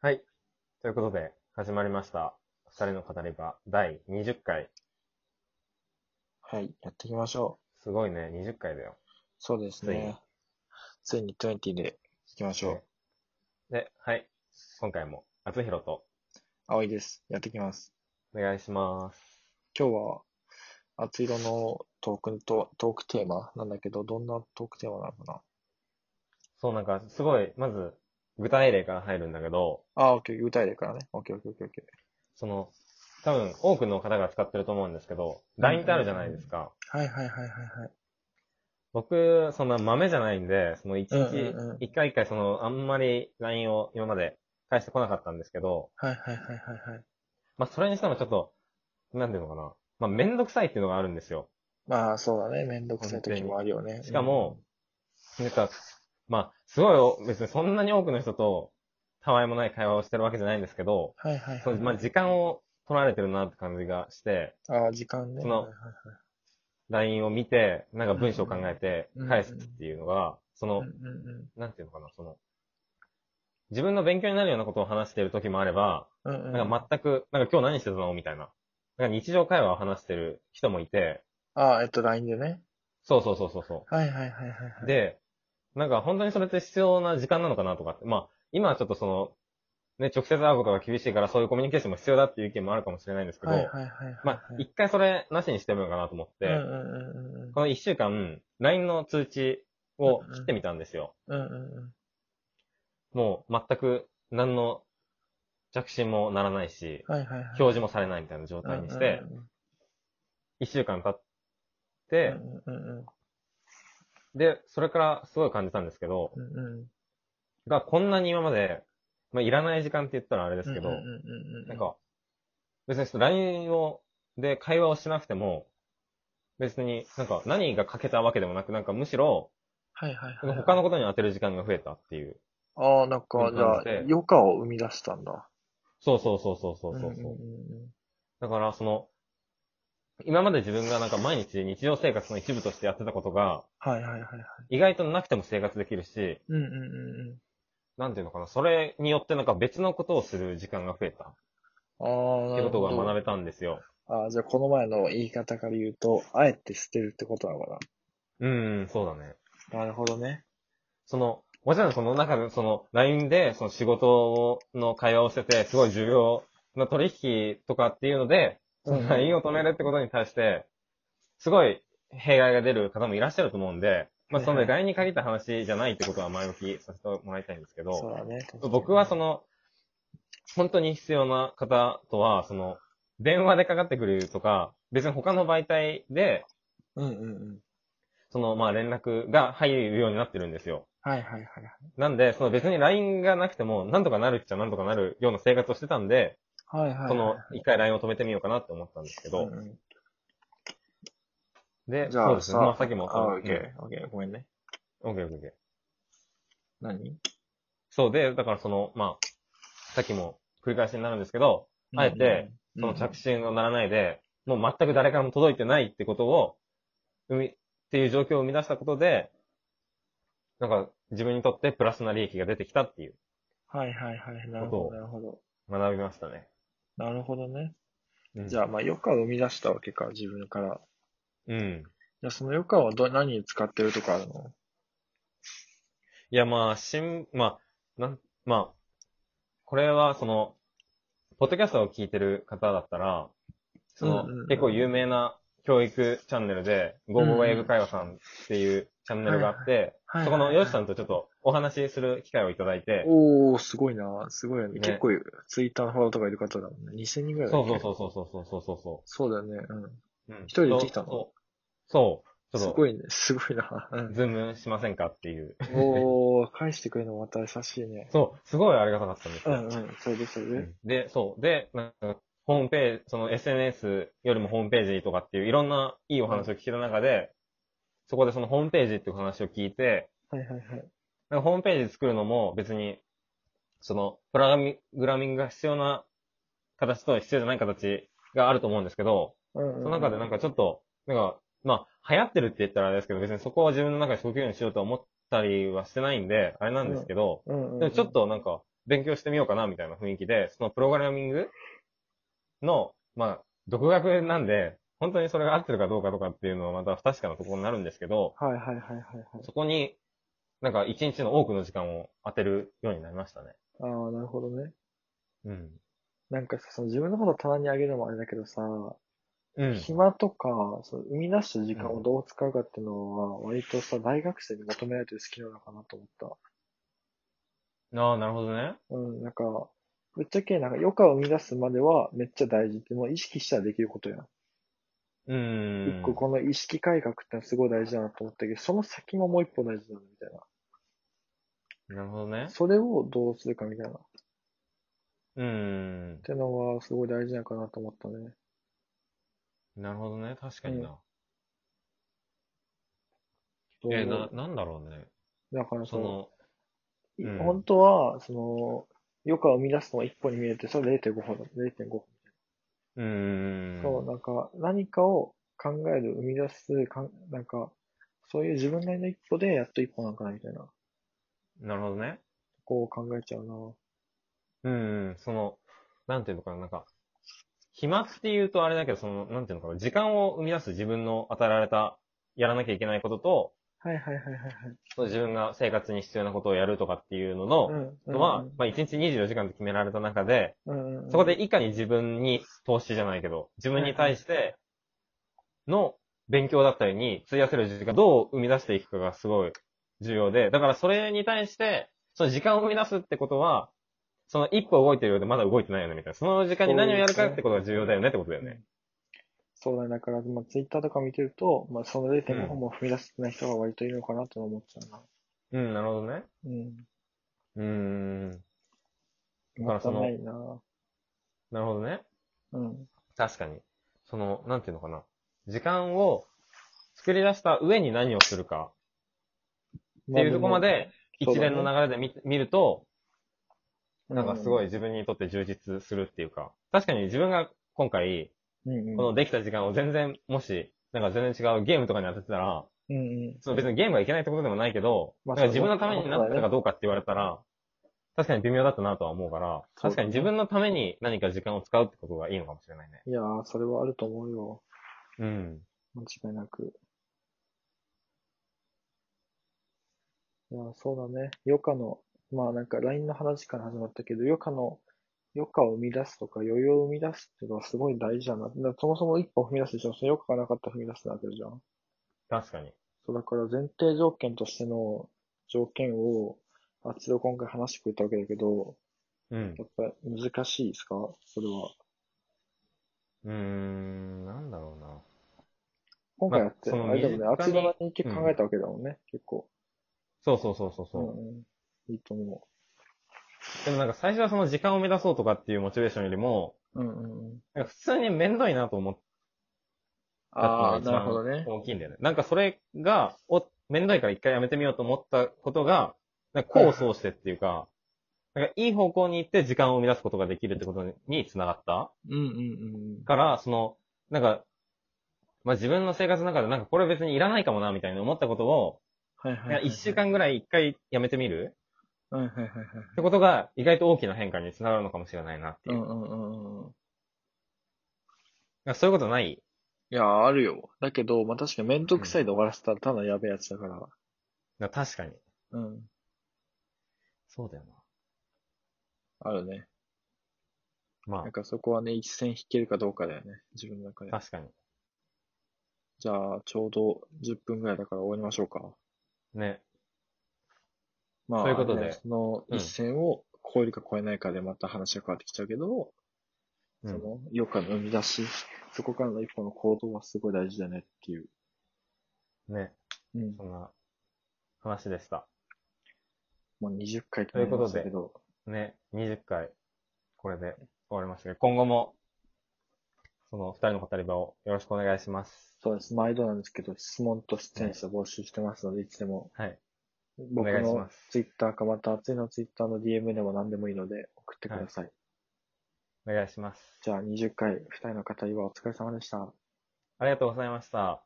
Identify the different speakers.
Speaker 1: はい。ということで、始まりました。二人の語り場、第20回。
Speaker 2: はい、やっていきましょう。
Speaker 1: すごいね、20回だよ。
Speaker 2: そうですね。ついに20でいきましょう。
Speaker 1: で、はい。今回も、あつひろと、
Speaker 2: 葵です。やっていきます。
Speaker 1: お願いします。
Speaker 2: 今日は、厚色のトークと、トークテーマなんだけど、どんなトークテーマなのかな
Speaker 1: そう、なんか、すごい、まず、具体例から入るんだけど、
Speaker 2: あ、オッケー、具体例からね。オッケー、オッケー、オッケー、オッケ
Speaker 1: その、多分、多くの方が使ってると思うんですけど、LINE ってあるじゃないですか。
Speaker 2: ー。はいはいはいはいはい。
Speaker 1: 僕、そんな豆じゃないんで、その一日
Speaker 2: うんうんうん、
Speaker 1: 一回一回、その、あんまり LINE を今まで返してこなかったんですけど、
Speaker 2: はいはいはいはいはい。
Speaker 1: まあ、それにしてもちょっと、なんていうのかな。まあ、めんどくさいっていうのがあるんですよ。
Speaker 2: まあ、そうだね。めんどくさい時もあるよね。
Speaker 1: しかも、なんか、まあ、すごいお、別にそんなに多くの人と、たわいもない会話をしてるわけじゃないんですけど、
Speaker 2: うん、はいはい
Speaker 1: そ
Speaker 2: は
Speaker 1: う
Speaker 2: い。
Speaker 1: まあ、時間を取られてるなって感じがして、
Speaker 2: あー、時間ね。
Speaker 1: その
Speaker 2: はいはいはい
Speaker 1: LINE を見て、なんか文章を考えて
Speaker 2: うん
Speaker 1: 返すっていうのが、その
Speaker 2: うん、うん
Speaker 1: なんていうのかな、その、自分の勉強になるようなことを話してる時もあれば、
Speaker 2: うん。うんうん
Speaker 1: なんか全く、なんか今日何してたのみたいな。なんか日常会話を話してる人もいて、
Speaker 2: あー、えっと、LINE でね。
Speaker 1: そうそうそうそうそう。
Speaker 2: はいはいはいはいはい。、
Speaker 1: で、なんか本当にそれって必要な時間なのかなとかって、まあ、今はちょっとその、ね、直接会うことが厳しいからそういうコミュニケーションも必要だっていう意見もあるかもしれないんですけど、
Speaker 2: はいはいはいはいはい。
Speaker 1: まあ、一回それなしにしてみようかなと思って、
Speaker 2: うんうんうんうんうん。
Speaker 1: この一週間、LINE の通知を切ってみたんですよ。
Speaker 2: うんうんうん。
Speaker 1: もう全く何の着信もならないし、
Speaker 2: はいはいはい。
Speaker 1: 表示もされないみたいな状態にして、一週間経って、
Speaker 2: うんうんうん
Speaker 1: で、それからすごい感じたんですけど、
Speaker 2: うんうんうん
Speaker 1: が、こんなに今まで、まあ、いらない時間って言ったらあれですけど、
Speaker 2: うんうんうんうん、
Speaker 1: なんか、別にちょっと LINE を、で会話をしなくても、別になんか何が欠けたわけでもなく、なんかむしろ、
Speaker 2: はいはいはい、はい。
Speaker 1: 他のことに当てる時間が増えたっていう。
Speaker 2: ああ、なんか、じゃあ
Speaker 1: 感じで、
Speaker 2: 余暇を生み出したんだ。
Speaker 1: そうそうそうそうそうそう。
Speaker 2: んんん
Speaker 1: だから、その、今まで自分がなんか毎日日常生活の一部としてやってたことが、
Speaker 2: はいはいはいはい。
Speaker 1: 意外となくても生活できるし、
Speaker 2: うんうんうんうん。
Speaker 1: なんていうのかな、それによってなんか別のことをする時間が増えたっ
Speaker 2: ああ、
Speaker 1: て
Speaker 2: な
Speaker 1: いう
Speaker 2: る
Speaker 1: こと
Speaker 2: ほ
Speaker 1: が
Speaker 2: ど。
Speaker 1: 学べたんですよ。
Speaker 2: ああ、じゃあ、この前の言い方から言うと、あえて捨てるってことなのか
Speaker 1: うん、そうだね。
Speaker 2: な。なるほどね。
Speaker 1: その、もちろんその中で、その LINE で、その仕事の会話をしてて、すごい重要な取引とかっていうので、その LINE を止めるってことに対して、すごい弊害が出る方もいらっしゃると思うんで、まあそ
Speaker 2: は
Speaker 1: の
Speaker 2: いは
Speaker 1: LINE に限った話じゃないってことは前置きさせてもらいたいんですけ
Speaker 2: そう
Speaker 1: ど、
Speaker 2: だね。
Speaker 1: 僕はそ
Speaker 2: の、
Speaker 1: の、本当に必要な方とは、その、電話でかかってくるとか、別に他の媒体で、
Speaker 2: うんうんうん。
Speaker 1: その、まあ連絡が入るようになってるんですよ。
Speaker 2: はいはいはいはい。
Speaker 1: なんで、その別に LINE がなくても、なんとかなるっちゃなんとかなるような生活をしてたんで、
Speaker 2: はいはいはい。
Speaker 1: その、一回 LINE を止めてみようかなって思ったんですけ
Speaker 2: うん
Speaker 1: ど、
Speaker 2: うん、
Speaker 1: で、
Speaker 2: じゃあ
Speaker 1: そうですね。
Speaker 2: さ
Speaker 1: まあさっきもそ
Speaker 2: あ
Speaker 1: の、
Speaker 2: オッケー、オッケー、ごめんね。
Speaker 1: うん。オッケーオッケーオッケー。
Speaker 2: 何
Speaker 1: そうで、だからその、まあ、さっきも繰り返しになるんですけど、あえて、
Speaker 2: うん
Speaker 1: そ
Speaker 2: うんう
Speaker 1: の
Speaker 2: ん
Speaker 1: 着信が鳴らないで、もう全く誰からも届いてないってことを、生み、っていう状況を生み出したことで、なんか自分にとってプラスな利益が出てきたっていう、
Speaker 2: はいはいはい。なる
Speaker 1: ことを
Speaker 2: ほど、なるほど。
Speaker 1: 学びましたね。
Speaker 2: なるほどね。
Speaker 1: うん
Speaker 2: じゃあ、まあ、余暇を生み出したわけか、自分から。
Speaker 1: うん。
Speaker 2: じゃあ、その余暇はど何に使ってるとかあるの
Speaker 1: いや、まあ、新、まあ、なん、まあ、これは、その、ポッドキャストを聞いてる方だったら、その、
Speaker 2: うんうんうん
Speaker 1: 結構有名な教育チャンネルで、ゴーゴー英語会話さんっていうチャンネルがあって、
Speaker 2: はいはいはい
Speaker 1: そこのヨシさんとちょっとお話しする機会をいただいて、
Speaker 2: おー、すごいな。すごいよね。
Speaker 1: ね
Speaker 2: 結構、ツイッターのフォローとかいる方だもんね。2000人ぐらいだ
Speaker 1: そ
Speaker 2: っ
Speaker 1: う
Speaker 2: け
Speaker 1: そうそうそうそうそうそうそ
Speaker 2: そうだよね。うん。
Speaker 1: う。うん、一
Speaker 2: 人で行ってきたの
Speaker 1: そうそう。そ
Speaker 2: す
Speaker 1: う。ちょ
Speaker 2: ごいね。すごいな。う
Speaker 1: っと、
Speaker 2: ん。
Speaker 1: ズームしませんかっていう。
Speaker 2: おー、返してくれるのまた優しいね。
Speaker 1: そう、すごいありがたかったんです
Speaker 2: う
Speaker 1: よ。
Speaker 2: んうん。それで、それで。
Speaker 1: で、そう。で、なんか、ホームページ、その SNS よりもホームページとかっていういろんないいお話を聞けた中で、そこでそのホームページっていう話を聞いて、
Speaker 2: はいはいはい。
Speaker 1: なんかホームページ作るのも別に、その、プログラミングが必要な形と必要じゃない形があると思うんですけど、
Speaker 2: うんうん、
Speaker 1: その中でなんかちょ
Speaker 2: っ
Speaker 1: っと、なんか、まあ、流行ってるって言ったらあれですけど、別にそこは自分の中で職業にしようとは思ったりはしてないんで、あれなんですけど、
Speaker 2: と、うんうんうん、
Speaker 1: でもちょっとなんか、勉強してみようかな、みたいな雰囲気で、そのプログラミングの、まあ、独学なんで、本当にそれが合ってるかどうかとかっていうのはまた不確かなところになるんですけど、
Speaker 2: はいはいはいはいはい。
Speaker 1: そこに、なんか一日の多くの時間を当てるようになりましたね。
Speaker 2: ああ、なるほどね。
Speaker 1: うん。
Speaker 2: なんかさ、その自分のこと棚にあげるのもあれだけどさ、
Speaker 1: うん。
Speaker 2: 暇とか、その生み出した時間をどう使うかっていうのは、割とさ、大学生に求められてるスキルなのかなと思った。
Speaker 1: ああ、なるほどね。
Speaker 2: うん、なんか、ぶっちゃけ、なんか余暇を生み出すまではめっちゃ大事って、もう意識したらできることやん。
Speaker 1: うん。
Speaker 2: 一個この意識改革ってのはすごい大事だなと思ったけど、その先ももう一歩大事なんだみたい
Speaker 1: なるほどね
Speaker 2: な。。それをどうするかみたいな。っ
Speaker 1: うん。
Speaker 2: てのはすごい大事なのかなと思ったね。
Speaker 1: なるほどね。確かにな。
Speaker 2: どう
Speaker 1: えーな、なんだろうね。
Speaker 2: だから
Speaker 1: そ
Speaker 2: その、
Speaker 1: の、うん
Speaker 2: 本当は、その、余暇を生み出すのが一歩に見えて、それ0.5歩だ、0.5歩。
Speaker 1: うん。
Speaker 2: そう、なんか、何かを考える、生み出す、かんなんか、そういう自分なりの一歩で、やっと一歩なんかな、みたいな、
Speaker 1: なるほどね。
Speaker 2: こう考えちゃう
Speaker 1: う
Speaker 2: な。
Speaker 1: ん、その、なんていうのかな、なんか、暇っていうとあれだけど、その、なんていうのかな、時間を生み出す自分の与えられた、やらなきゃいけないことと、
Speaker 2: はいはいはいはい
Speaker 1: その自分が生活に必要なことをやるとかっていうの
Speaker 2: はい。
Speaker 1: の、
Speaker 2: ん。うん
Speaker 1: は、まあ、1日24時間って決められた中で、
Speaker 2: うんうん
Speaker 1: そこでいかに自分に投資じゃないけど、自分に対しての勉強だったりに費やせる時間をどう生み出していくかがすごい重要で、だからそれに対して、その時間を生み出すってことは、その一歩動いてるようでまだ動いてないよねみたいな。その時間に何をやるかってことが重要だよねってことだよね。
Speaker 2: そうだね。だから、まあ、ツイッターとか見てると、まあ、その0.5歩も踏み出せてない人が割といるのかなと思っちゃうな。
Speaker 1: うん、なるほどね。
Speaker 2: うん。
Speaker 1: うーん。だか
Speaker 2: も
Speaker 1: ら
Speaker 2: った
Speaker 1: そ
Speaker 2: い
Speaker 1: の
Speaker 2: ないな。
Speaker 1: なるほどね。
Speaker 2: うん。
Speaker 1: 確かに。その、なんていうのかな。時間を作り出した上に何をするかっていうところまで、
Speaker 2: そう
Speaker 1: 一
Speaker 2: だね
Speaker 1: 連の流れで見,、見ると、
Speaker 2: でも、
Speaker 1: なんかすごい
Speaker 2: い。
Speaker 1: 自分にとって充実するっていうか、確かに自分が今回、
Speaker 2: うんうん。
Speaker 1: このできた時間を全然、もし、なんか全然違うゲームとかに当ててたら、
Speaker 2: うんうん。
Speaker 1: その別にゲームがいけないってことでもないけど、
Speaker 2: まあ
Speaker 1: なんか自分のためになっ
Speaker 2: そうだ
Speaker 1: た
Speaker 2: ね
Speaker 1: かどうかって言われたら、確かに微妙だったなとは思うから、
Speaker 2: そ
Speaker 1: 確
Speaker 2: うだ
Speaker 1: か
Speaker 2: ね
Speaker 1: に自分のために何か時間を使うってことがいいのかもしれないね。
Speaker 2: いやー、それはあると思うよ。
Speaker 1: うん。
Speaker 2: 間違いなく。いや、そうだね。余暇の、まあなんか LINE の話から始まったけど、余暇の、余暇を生み出すとか余裕を生み出すっていうのはすごい大事だな。だからそもそも一歩踏み出すでしょ。その余暇がなかったら踏み出せないわけじゃん。
Speaker 1: 確かに。
Speaker 2: そうだから前提条件としての条件を、あっちで今回話してくれたわけだけど、
Speaker 1: うん。
Speaker 2: やっぱり難しいですかそれは。
Speaker 1: うーん、なんだろうな。
Speaker 2: 今回やって、
Speaker 1: まあその
Speaker 2: あれだもんね、あっ
Speaker 1: 身
Speaker 2: ち
Speaker 1: 近に
Speaker 2: のに結構考えたわけだもんね、結構。
Speaker 1: そうそうそうそう。
Speaker 2: う
Speaker 1: うん
Speaker 2: うん。いいと思
Speaker 1: でもなんか最初はその時間を目指そうとかっていうモチベーションよりも、
Speaker 2: う。うんうんうん。
Speaker 1: なんか普通にめんどいなと思って
Speaker 2: ああ、
Speaker 1: だった
Speaker 2: な
Speaker 1: の
Speaker 2: るほど
Speaker 1: が一
Speaker 2: ね。
Speaker 1: 番大きいんだよね。なんかそれが、お、めんどいから一回やめてみようと思ったことが、なんか功を奏してっていうか、なんかいい方向に行って時間を生み出すことができるってことにつながった
Speaker 2: うんうん
Speaker 1: から、その、なんか、まあ、自分の生活の中でなんかこれ別にいらないかもな、みたいな思ったことを、
Speaker 2: うん。はい
Speaker 1: な
Speaker 2: は
Speaker 1: ん
Speaker 2: い
Speaker 1: か
Speaker 2: はい。
Speaker 1: 一週。間ぐらい一回やめてみる
Speaker 2: はいはいはいはい。
Speaker 1: ってことが意外と大きな変化につながるのかもしれないなって
Speaker 2: う
Speaker 1: い
Speaker 2: ん
Speaker 1: う。
Speaker 2: うんうんうん。
Speaker 1: なんかそういうことない
Speaker 2: いや、あるよ。だけど、まあ、確かに面倒くさいで終わらせたらただやべえやつだから。
Speaker 1: な確かに。
Speaker 2: うん。
Speaker 1: そうだよな。
Speaker 2: あるね。
Speaker 1: ま
Speaker 2: なんかそこはね、一線引けるかどうかだよね。自分の
Speaker 1: あ、
Speaker 2: 中で。
Speaker 1: 確かに。
Speaker 2: じゃあ、ちょうど10分ぐらいだから終わりましょうか。
Speaker 1: ね。
Speaker 2: まあ、
Speaker 1: そういうことで
Speaker 2: あれねその
Speaker 1: うん
Speaker 2: 一線を超えるか超えないかでまた話が変わってきちゃうけど、
Speaker 1: う
Speaker 2: そ
Speaker 1: ん、
Speaker 2: の余暇の生み出し、そこからの一歩の行動はすごい大事だねっていう。
Speaker 1: ね。
Speaker 2: うん。
Speaker 1: そんな話でした。
Speaker 2: もう20回となりましたけど。
Speaker 1: ね、20回、これで終わりましたけど、今後も、その、二人の語り場をよろしくお願いします。
Speaker 2: そうです。毎度なんですけど、質問と出演者募集してますので、いつでも、
Speaker 1: はい。お
Speaker 2: 僕
Speaker 1: 願いし
Speaker 2: の
Speaker 1: ます
Speaker 2: ツイッターかまた、熱いのツイッターの DM でも何でもいいので、送ってください。
Speaker 1: お願いします。
Speaker 2: じゃあ、20回、二人の語りはお疲れ様でした。
Speaker 1: ありがとうございました。